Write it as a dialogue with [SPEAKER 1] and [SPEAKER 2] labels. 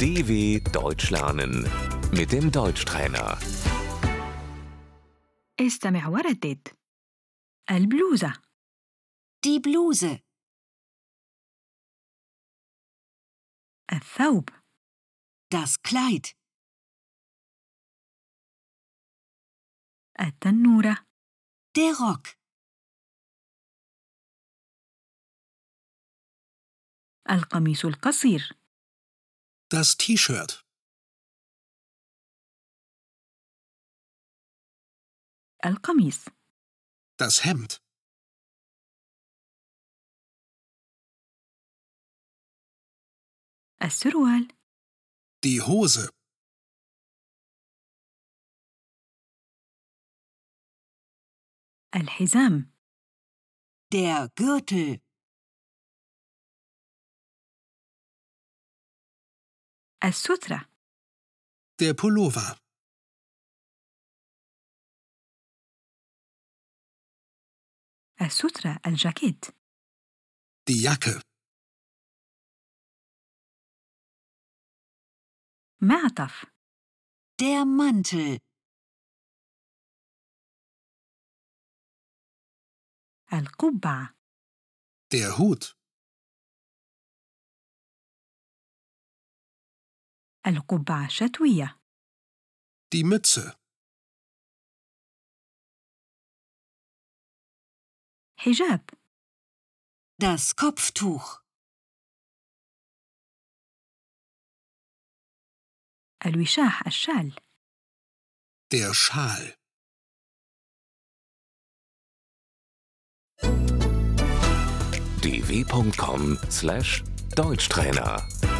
[SPEAKER 1] DW Deutsch lernen mit dem Deutschtrainer.
[SPEAKER 2] استمع وردد البلوزة
[SPEAKER 3] Die Bluse,
[SPEAKER 2] الثوب
[SPEAKER 3] das Kleid,
[SPEAKER 2] التنورة
[SPEAKER 3] der Rock,
[SPEAKER 2] القميص القصير
[SPEAKER 4] Das T-Shirt.
[SPEAKER 2] القميص
[SPEAKER 4] Das Hemd.
[SPEAKER 2] السروال
[SPEAKER 4] Die Hose.
[SPEAKER 2] الحزام
[SPEAKER 3] der Gürtel,
[SPEAKER 2] السترة
[SPEAKER 4] Der Pullover.
[SPEAKER 2] السترة الجاكيت
[SPEAKER 4] Die Jacke.
[SPEAKER 2] معطف
[SPEAKER 3] der Mantel,
[SPEAKER 2] القبعة
[SPEAKER 4] Der Hut.
[SPEAKER 2] القبعة الشتوية
[SPEAKER 4] Die Mütze.
[SPEAKER 2] حجاب
[SPEAKER 3] das Kopftuch,
[SPEAKER 2] الوشاح الشال
[SPEAKER 4] Der Schal.
[SPEAKER 1] dw.com/deutschtrainer